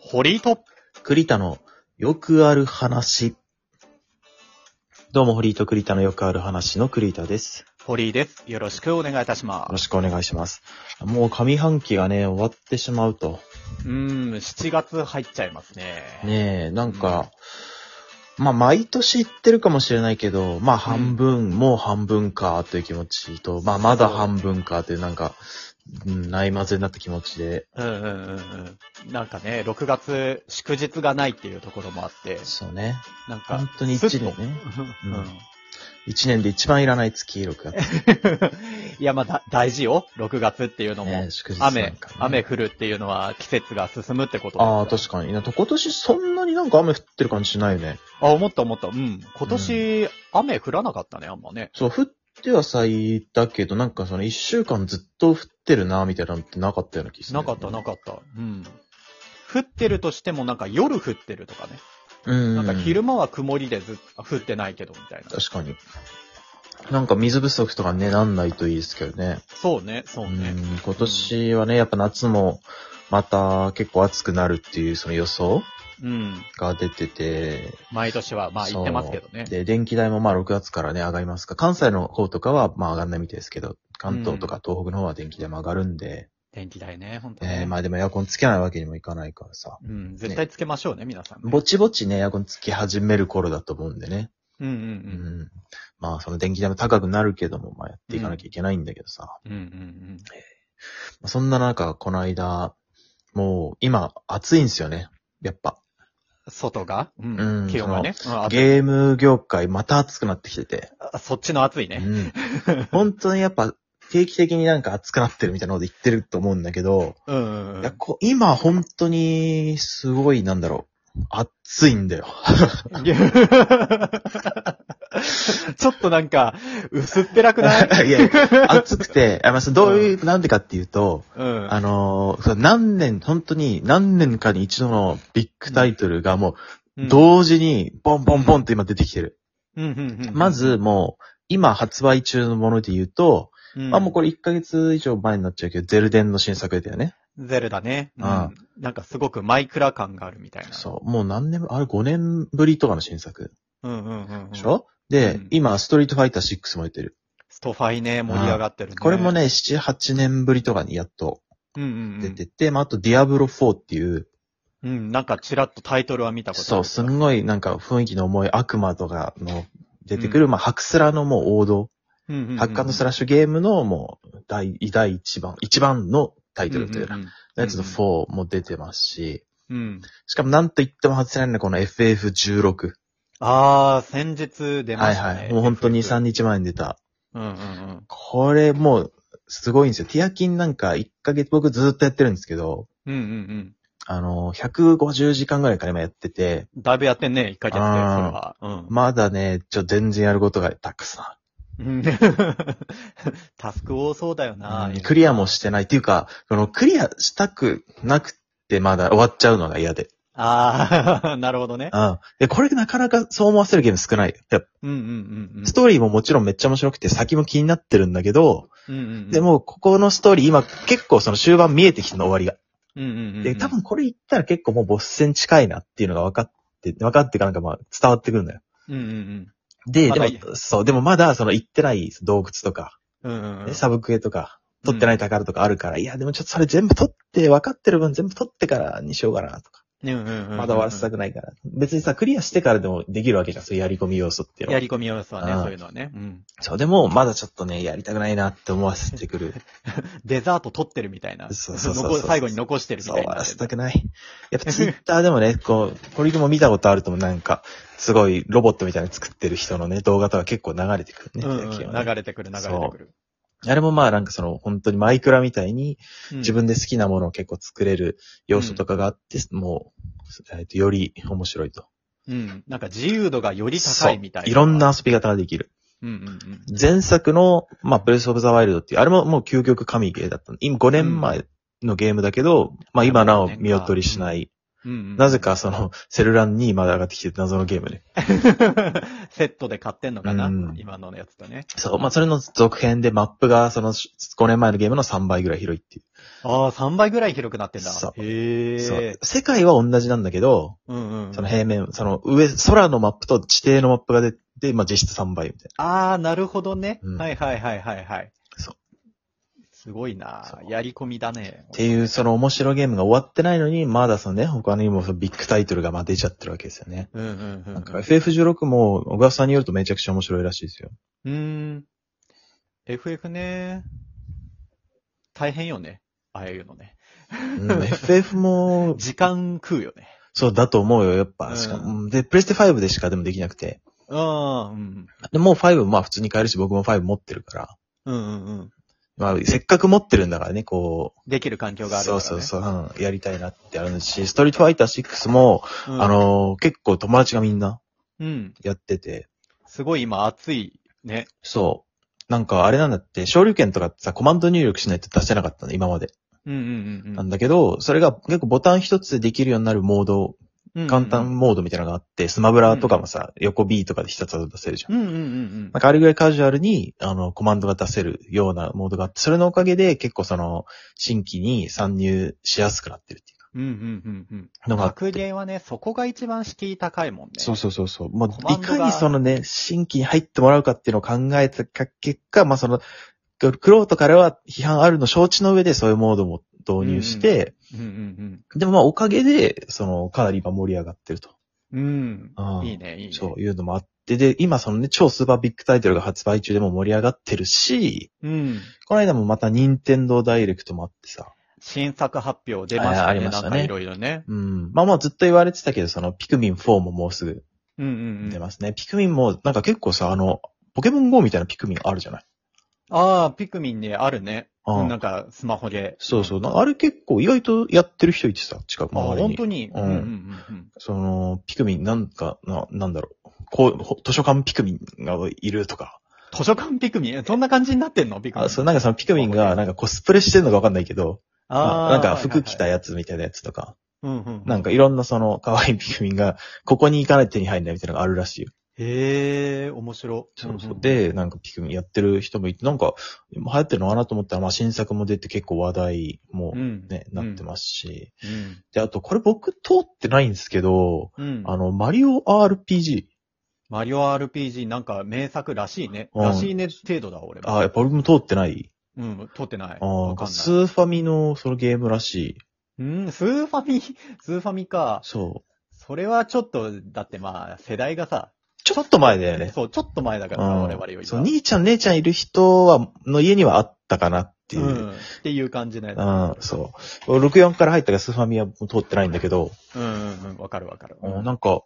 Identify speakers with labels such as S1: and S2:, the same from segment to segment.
S1: 堀井と、
S2: 栗田のよくある話。どうも、フリート栗田のよくある話の栗田です。
S1: 堀井です。よろしくお願いいたし
S2: よ
S1: ま
S2: ろしくお願いします。もう上半期がね、終わってしまうと。
S1: す。うーん、7月入っちゃいますね。
S2: ねえ、なんか、まあ、毎年言ってるかもしれないけど、まあ、半分、もう半分か、という気持ちと、まあ、まだ半分か、という、なんか、うん、ないまぜになった気持ちで、
S1: うんうんうんうん。なんかね、6月、祝日がないっていうところもあって、
S2: そうね。
S1: なんか、
S2: 本当に一年ね。
S1: う
S2: うん
S1: ん。
S2: 一年で一番いらない月、6月。
S1: いや、まあ、だ大事よ。6月っていうのも。
S2: ね祝日なんかね
S1: 雨、雨降るっていうのは季節が進むってことです
S2: ああ、確かに。な、今年そんなになんか雨降ってる感じしないよね。
S1: あ、思った思った。うん。今年、雨降らなかったね、あんまね。
S2: そう、降っては咲いたけど、なんかその一週間ずっと降ってるな、みたいなのってなかったような気する、
S1: なかった、な。かった。うん。降ってるとしても、なんか夜降ってるとかね。
S2: うん。
S1: なんか昼間は曇りでずっと降ってないけど、みたいな。
S2: 確かに。なんか水不足とかね、なんないといいですけどね。
S1: そうね、そううんね。、
S2: 今年はね、やっぱ夏も、また結構暑くなるっていうその予想
S1: うん。
S2: が出てて。
S1: 毎年は、まあ言ってますけどね
S2: そう。で、電気代もまあ6月からね、上がりますが、関西の方とかはまあ上がんないみたいですけど、関東とか東北の方は電気代も上がるんで、
S1: 電気代ね、本当
S2: えー
S1: ね。
S2: まあでもエアコンつけないわけにもいかないからさ。
S1: うん、絶対つけましょうね、皆さんね。
S2: ぼちぼちね、エアコンつけ始める頃だと思うんでね。
S1: うんうん
S2: うん。まあ、その電気代も高くなるけども、まあやっていかなきゃいけないんだけどさ。
S1: うん。うんうんうん。
S2: まあそんな中、この間、もう今暑いんですよね。やっぱ。
S1: 外がう
S2: うん
S1: ん。気温がね。うんあ
S2: ゲーム業界また暑くなってきてて。
S1: あそっちの暑いね。
S2: うん。本当にやっぱ定期的になんか暑くなってるみたいなこと言ってると思うんだけど、
S1: うんうん
S2: いうや
S1: ん。
S2: こ今本当にすごいなんだろう。暑いんだよ。
S1: いや ちょっとなんか、薄っぺらくない
S2: いやいや、暑くて、あまあ、それどういう、なんでかっていうと、
S1: うん。
S2: あのーそう何年、本当に何年かに一度のビッグタイトルがも
S1: う、
S2: うん同時にボンボンボンって今出てきてる。
S1: うんうんうん
S2: ま、ずもう、今発売中のもので言うと、
S1: うん
S2: まあもうこれ1ヶ月以上前になっちゃうけど、ゼルデンの新作だよね。
S1: ゼルだね。うん
S2: ああ
S1: なんかすごくマイクラ感があるみたいな。
S2: そう。もう何年ぶあれ5年ぶりとかの新作
S1: う。うんうんうん、うん。
S2: でしょ、で、
S1: うん
S2: 今、ストリートファイター6も出てる。
S1: ストファイね、盛り上がってるね。
S2: これも、ね、7、8年ぶりとかにやっと
S1: うんうん、うん。
S2: 出てて、まああとディアブロ4っていう、
S1: うん、なんかちらっとタイトルは見たことあ
S2: そ
S1: る。
S2: う、すんごいなんか雰囲気の重い悪魔とかの出てくる、まあ、ハクスラのもう王道、
S1: うんうんうん、
S2: ハッカーのス
S1: ラ
S2: ラッシュゲームのもう第、第一番、一番のタイトルという
S1: う
S2: なん
S1: うん
S2: やつの4も出てますし、
S1: うん。うん。
S2: しかもなんと言っても外せないのはこの FF16。
S1: あー、先日出
S2: は
S1: ま
S2: い
S1: したね。
S2: はい。もう本当に2、
S1: 3。
S2: 3日前に出た。
S1: うんうんうん。
S2: これもう、すごいんですよ。ティアキンなんか1ヶ月、僕ずっとやってるんですけど、
S1: うんうん
S2: あの、150時間ぐらいから今やってて、
S1: うん。だいぶやってんね、一回やって、それ
S2: あー
S1: は。うん。
S2: まだね、ちょ、全然やることがたくさんある
S1: うんタスク多そうだよな、
S2: うんクリアもしてないっていうか、そのクリアしたくなくてまだ終わっちゃうのが嫌で。
S1: あー、 なるほどね。
S2: うん。で、これなかなかそう思わせるゲーム少ないよ。やっぱ
S1: うんうんうんうん。
S2: ストーリーももちろんめっちゃ面白くて先も気になってるんだけど、
S1: うんうんうん、
S2: で、もここのストーリー今結構その終盤見えてきてるの終わ
S1: うんうんうんう
S2: り
S1: ん、
S2: が。で、多分これ言ったら結構もうボス戦近いなっていうのが分かって、分かってかなんかまあ伝わってくるんだよ。
S1: うんうん
S2: で、
S1: まだ
S2: でも、そう、でもまだその行ってない洞窟とか、
S1: うん。うんうんう
S2: ね
S1: ん。
S2: サブクエとか、取ってない宝とかあるから、いや、でもちょっとそれ全部取って、分かってる分全部取ってからにしようかなとか。
S1: うんうんうんうん。
S2: まだ終わらせたくないから。別にさ、クリアしてからでもできるわけじゃん、そういうやり込み要素っていうの
S1: や
S2: は。
S1: り込み要素はね
S2: ああ、
S1: そういうのはね。うん。
S2: そう、でも、まだちょっとね、やりたくないなって思わせて くる。
S1: デザート取ってるみたいな。
S2: そうそうそうそう
S1: 残最後に残してるみ
S2: そう、
S1: たい
S2: 終
S1: な。
S2: わらせたくない。やっぱツイッターでもね、 こう、これも見たことあるともなんか、すごいロボットみたいなの作ってる人のね、動画とか結構流れてくる
S1: う
S2: ね。
S1: んうん
S2: 最近はね
S1: 流れてくる、流れてくる。
S2: あれもまあなんかその、本当にマイクラみたいに、
S1: うん
S2: 自分で好きなものを結構作れる要素とかがあって、もう、えっと、より面白いと。
S1: うん。なんか自由度がより高いみたい
S2: そう
S1: な。
S2: いろんな。遊び方ができる。
S1: うんうんうん。
S2: 前作の、まあ、ブレスオブザワイルドっていう、あれももう究極神ゲーだったの。今5年前のゲームだけど、まあ今なお見劣りしない
S1: うんうん
S2: なぜかその、セルランにまで上がってきてる謎のゲームね。
S1: セットで買ってんのかな、
S2: うん
S1: 今のやつとね。
S2: そう、まあ、それの続編でマップがその5年前のゲームの3倍ぐらい広いってい
S1: ああ、3倍ぐらい広くなってんだ。
S2: そう
S1: へ
S2: う。そう
S1: え。
S2: 世界は同じなんだけど、
S1: うんうん。
S2: その平面、その上、空のマップと地底のマップが出て、まあ、実質3倍みたい
S1: ああ、なるほどね、
S2: うん
S1: はいはいはいはいはい。
S2: そう。
S1: すごいな
S2: そう
S1: やり込みだね。
S2: な。っていう、その面白いゲームが終わってないのに、まだそのね、他にもそのビッグタイトルがまあ出ちゃってるわけですよね。
S1: うんうんうん。
S2: なんか FF16 も、小川さんによるとめちゃくちゃ面白いらしいですよ。
S1: うーん。FF ね。大変よね。ああいうのね。
S2: うん、FF も、
S1: 時間食うよね。
S2: そうだと思うよ、やっぱ。しか
S1: う
S2: も、で、プレステ5でしかでもできなくて。
S1: ああ、うん。
S2: でもう5まあ普通に買えるし、僕も5持ってるから。
S1: うんうんうん。
S2: まあ、せっかく持ってるんだからね、こう。
S1: できる環境があるか
S2: そ
S1: ら、
S2: う
S1: ね。
S2: そう
S1: う
S2: そう、うん、やりたいなってあるし、ストリートファイター6も、
S1: そう。
S2: あ、のー結構友達がみんな
S1: うん。
S2: やってて、
S1: すごい今熱いね。
S2: そう。なんかあれなんだって、昇竜拳とかってさ、コマンド入力しないと出せなかったの、今まで。
S1: うんうんうん
S2: なんだけど、それが結構ボタン一つでできるようになるモード、
S1: うん。
S2: 簡単モードみたいなのがあって、スマブラとかもさ、横 B とかで一つ出せるじゃん。
S1: うんうんうんうん
S2: なん。かあれぐらいカジュアルに、あの、コマンドが出せるようなモードがあって、それのおかげで結構その、新規に参入しやすくなってるってい
S1: うんうんうんうん。
S2: うのがあって。
S1: 格ゲーはね、そこが一番敷居高いもんね。
S2: そうそうそうそう。も
S1: コマ
S2: う、い
S1: ンドが
S2: かにそのね、新規に入ってもらうかっていうのを考えた結果、まあその、クロートからは批判あるの承知の上でそういうモードも導入して、
S1: うんうん
S2: でもまあおかげで、その、かなり今盛り上がってると。
S1: うん。う
S2: あ
S1: ん。
S2: あ
S1: いいね、いいね。
S2: そういうのもあって、で、今そのね、超スーパービッグタイトルが発売中でも盛り上がってるし、
S1: う。うん。
S2: この間もまた任天堂ダイレクトもあってさ、
S1: 新作発表出まし
S2: ああ
S1: た
S2: り
S1: ね。
S2: まし
S1: な
S2: たね
S1: んかいろいろね。
S2: うん。まあまあずっと言われてたけど、そのピクミン4ももうすぐ
S1: うんうんう
S2: 出
S1: ん。
S2: ますね。ピクミンも、なんか結構さ、あの、ポケモン GO みたいなピクミンあるじゃない
S1: ああ、ピクミンね、あるね。
S2: うん
S1: なんか、スマホで。
S2: そうそう。なあれ結構意外とやってる人いてさ、近く
S1: ああ、
S2: 周り
S1: 本
S2: に。
S1: 当に。
S2: うん
S1: んうん
S2: その、ピクミンなんか、な、なんだろう。こうほ、図書館ピクミンがいるとか。
S1: 図書館ピクミンそんな感じになってんのピクミン。
S2: あそう、なんかそのピクミンが、なんかコスプレしてるのかわかんないけど、まあなんか服着た
S1: や
S2: やつみたいなやつとか、
S1: うんうん。
S2: なんかいろんなその可愛いピクミンが、ここに行かないと手に入んないみたいなのがあるらしいよ。
S1: へえ、面白。
S2: そうそう。
S1: んん、
S2: で、なんかピクミンやってる人もいて、なんか流行ってるのかなと思ったら、まあ新作も出て結構話題も
S1: うん。
S2: ね、
S1: うん
S2: なってますし。
S1: うん。
S2: で、あとこれ僕通ってないんですけど、
S1: うん。
S2: あの、マリオ RPG。
S1: マリオ RPG なんか名作らしいね。
S2: うん
S1: らしいね程度だ、俺も。
S2: あ、やっぱ俺も通ってない。
S1: うん、撮ってない。
S2: あ
S1: わか
S2: ー
S1: ん
S2: ス
S1: ない。
S2: ーファミのそのゲームらしい。
S1: うん、スーファミ、 スーファミか。
S2: そう。
S1: それはちょっと、だってまあ、世代がさ、
S2: ちょっと前だよね。
S1: そう、ちょっと前だから
S2: う
S1: さ、
S2: ん
S1: 我々よりは。
S2: そう、兄ちゃん姉ちゃんいる人は、の家にはあったかなっていう。
S1: う
S2: うん
S1: ん。っていう感じのや
S2: そう。俺64から入ったからスーファミはもう通ってないんだけど、
S1: つ。うんうんうん、わかるわかる。
S2: うんなんか、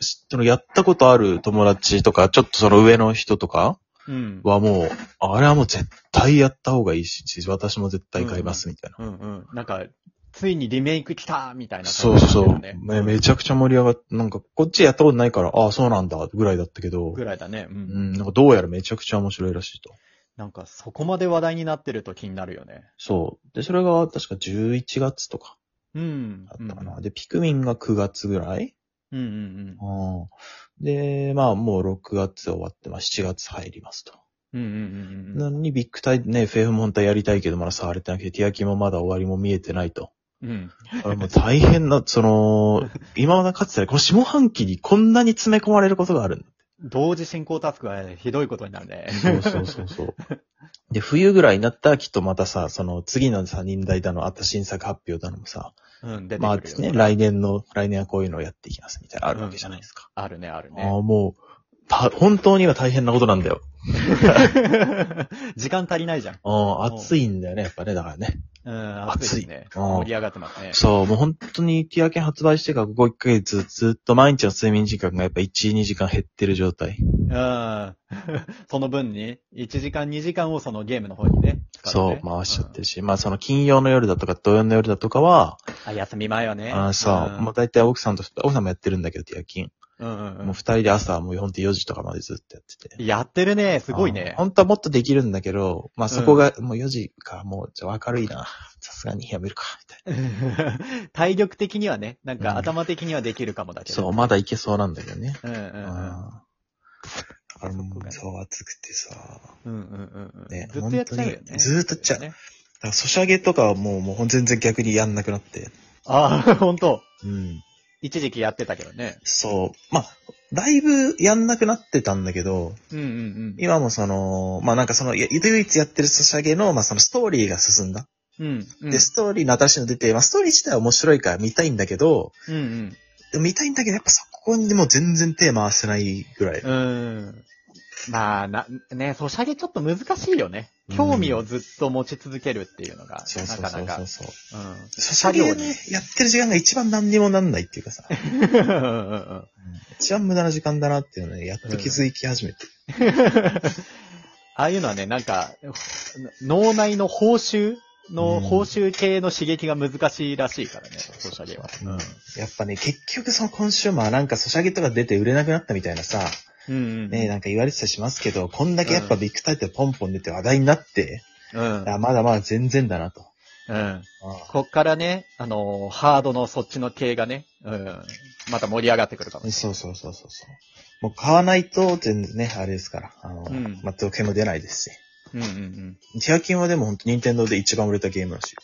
S2: しそのやったことある友達とか、ちょっとその上の人とか
S1: うん。
S2: はもう、あれはもう絶対やった方がいいし、私も絶対買いますみたいな。
S1: うんうん。なんか、ついにリメイク来たみたいな
S2: そ
S1: 感
S2: う
S1: じだった
S2: そ
S1: よ
S2: う、
S1: ね。
S2: め。めちゃくちゃ盛り上がって、なんかこっちやったことないから、ああ、そうなんだ、ぐらいだったけど
S1: ぐ、らいだね。う。
S2: うんん、なんかどうやらめちゃくちゃ面白いらしいと。
S1: なんか、そこまで話題になってると気になるよね。
S2: そう。で、それが確か11月とか
S1: うん。
S2: だったかな。
S1: うん
S2: で、ピクミンが9月ぐらい
S1: うんうん
S2: うんで、まあもう6月終わって、まあ7月入りますと。
S1: うん。うんうんうんう
S2: なのにビッグタイ、ね、FF モンタやりたいけどまだ触れてなくて、ティアキもまだ終わりも見えてない と。
S1: ん。うん。
S2: これもう大変な、その、今までかつてない、この下半期にこんなに詰め込まれることがあるんだ。
S1: 同時進行タスクがひどいことになるね。
S2: そうそうそうそう。 で、冬ぐらいになったらきっとまたさ、その次のさ、人代だの、あった新作発表だのもさ、
S1: うん、出て
S2: まあ
S1: くるよ、
S2: ね、来年の、来年はこういうのをやっていきますみたいな、あるわけじゃないですか。
S1: あるね、あるね。
S2: ああ、もう、た、本当には大変なことなんだよ。
S1: 時間足りないじゃん。
S2: うん、暑いんだよね、やっぱね、だからね。
S1: うん、暑いですね。
S2: 暑いうん
S1: 盛り上がってますね。
S2: そう、もう本当に、ティアケン発売してからここ1ヶ月、ずっと毎日の睡眠時間がやっぱ1、2時間減ってる状態。
S1: うん。 その分に、1時間、2時間をそのゲームの方にね。使う
S2: そ
S1: ね
S2: う、回しちゃってるし、まあその金曜の夜だとか、土曜の夜だとかは、
S1: うんあ、休み前はね。
S2: あーそう、
S1: ん
S2: もう大体奥さんと、奥さんもやってるんだけど、ティアキン。
S1: うんうんうん
S2: もう二人で朝もうほんと4時とかまでずっとやってて。
S1: やってるね。すごいね
S2: あ。本当はもっとできるんだけど、まあそこが、もう4時か、もうじゃあ明るいな。さすがにやめるか、みたい
S1: 体力的にはね、なん
S2: う
S1: か
S2: ん
S1: 頭的にはできるかもだ
S2: な。
S1: け
S2: そ
S1: ど。
S2: う、まだいけそうなんだけどね。
S1: うんうんう
S2: うん
S1: ん。
S2: あれも
S1: そこがね
S2: そう暑くてさ。だか
S1: うんうんうんうん。
S2: ね
S1: ずっとやっちゃうよ
S2: 本当
S1: ね。
S2: にずっとやっちゃう
S1: ね。
S2: らソシャゲとかはもう、もう全然逆にやんなくなって。
S1: ああ、 本当
S2: うん。
S1: 一時期やってたけどね。
S2: そう。まあ、だいぶやんなくなってたんだけど、
S1: うんうん
S2: 今もその、まあなんかその、や唯一やってるソシャゲの、まあそのストーリーが進んだ。
S1: うん。うん、うん。
S2: で、ストーリーの新しいの出て、まあ、ストーリー自体は面白いから見たいんだけど、
S1: うんうん。
S2: でも見たいんだけど、やっぱそこにもう全然手回せないぐらい。
S1: うん。まあ、な、ね、ソシャゲちょっと難しいよね。興味をずっと持ち続けるっていうのが、
S2: そう
S1: な
S2: そう
S1: か
S2: そ
S1: な
S2: うそ
S1: か
S2: う。そう。
S1: うん。
S2: ソシャゲをね、やってる時間が一番何にもなんないっていう かさ、
S1: うんうん うん
S2: 一番無駄な時間だなっていうのね、やっと気づき始めて。
S1: ああいうのはね、なんか、脳内の報酬の、
S2: うん
S1: 報酬系の刺激が難しいらしいからね、
S2: そうそ
S1: ソ
S2: う
S1: シャゲは。
S2: うんやっぱね、結局そのコンシューマーなんかソシャゲとか出て売れなくなったみたいなさ、
S1: うんうん。
S2: ね、なんか言われてたりしますけど、こんだけやっぱビッグタイトルポンポン出て話題になって、
S1: うん。
S2: あまだまだ全然だなと。
S1: うん。
S2: あ
S1: こっからね、あのーハードのそっちの系がね、うん。また盛り上がってくるかもし
S2: そうそうそうそうそう。もう買わないと、全然ね、あれですから。あの、
S1: うん
S2: まあ、時計も出ないです
S1: れない。うんうんうん。
S2: し。ティアキンはでも本当任天堂で一番売れたゲームらしい。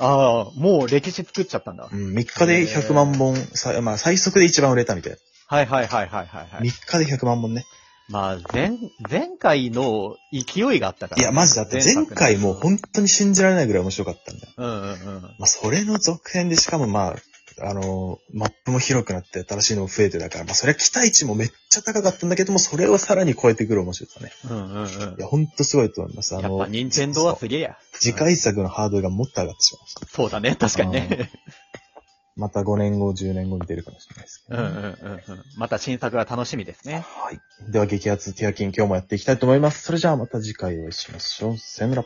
S1: ああ、もう歴史作っちゃったんだ。
S2: うん、3日で100万本、さまあ、最速で一番売れたみたい。
S1: はいはいはいはいはい、はい。
S2: 3日で100万本ね。
S1: まあ、前、前回の勢いがあったから。
S2: いや、マジだって前回もう
S1: うん
S2: 本当に信じられないぐらい面白かったんだよ。
S1: うんうん。
S2: まあ、それの続編でしかもまあ、あのマップも広くなって新しいのも増えてだから、まあ、それは期待値もめっちゃ高かったんだけども、それをさらに超えてくる面白さね。
S1: うんうんうん
S2: い。や、ほんとすごいと思います。あ
S1: やっ
S2: の
S1: ぱ、任天堂はすげえや。
S2: 次回作のハードルがもっと上がってしまいました。
S1: そうだね、確かにね。
S2: また5年後、10年後に出るかもしれないですけ
S1: う
S2: ど
S1: んう
S2: ね、
S1: んうんうん。また新作が楽しみですね。
S2: はい。では、激アツティアキン今日もやっていきたいと思います。それじゃあまた次回お会いしましょう。さよなら。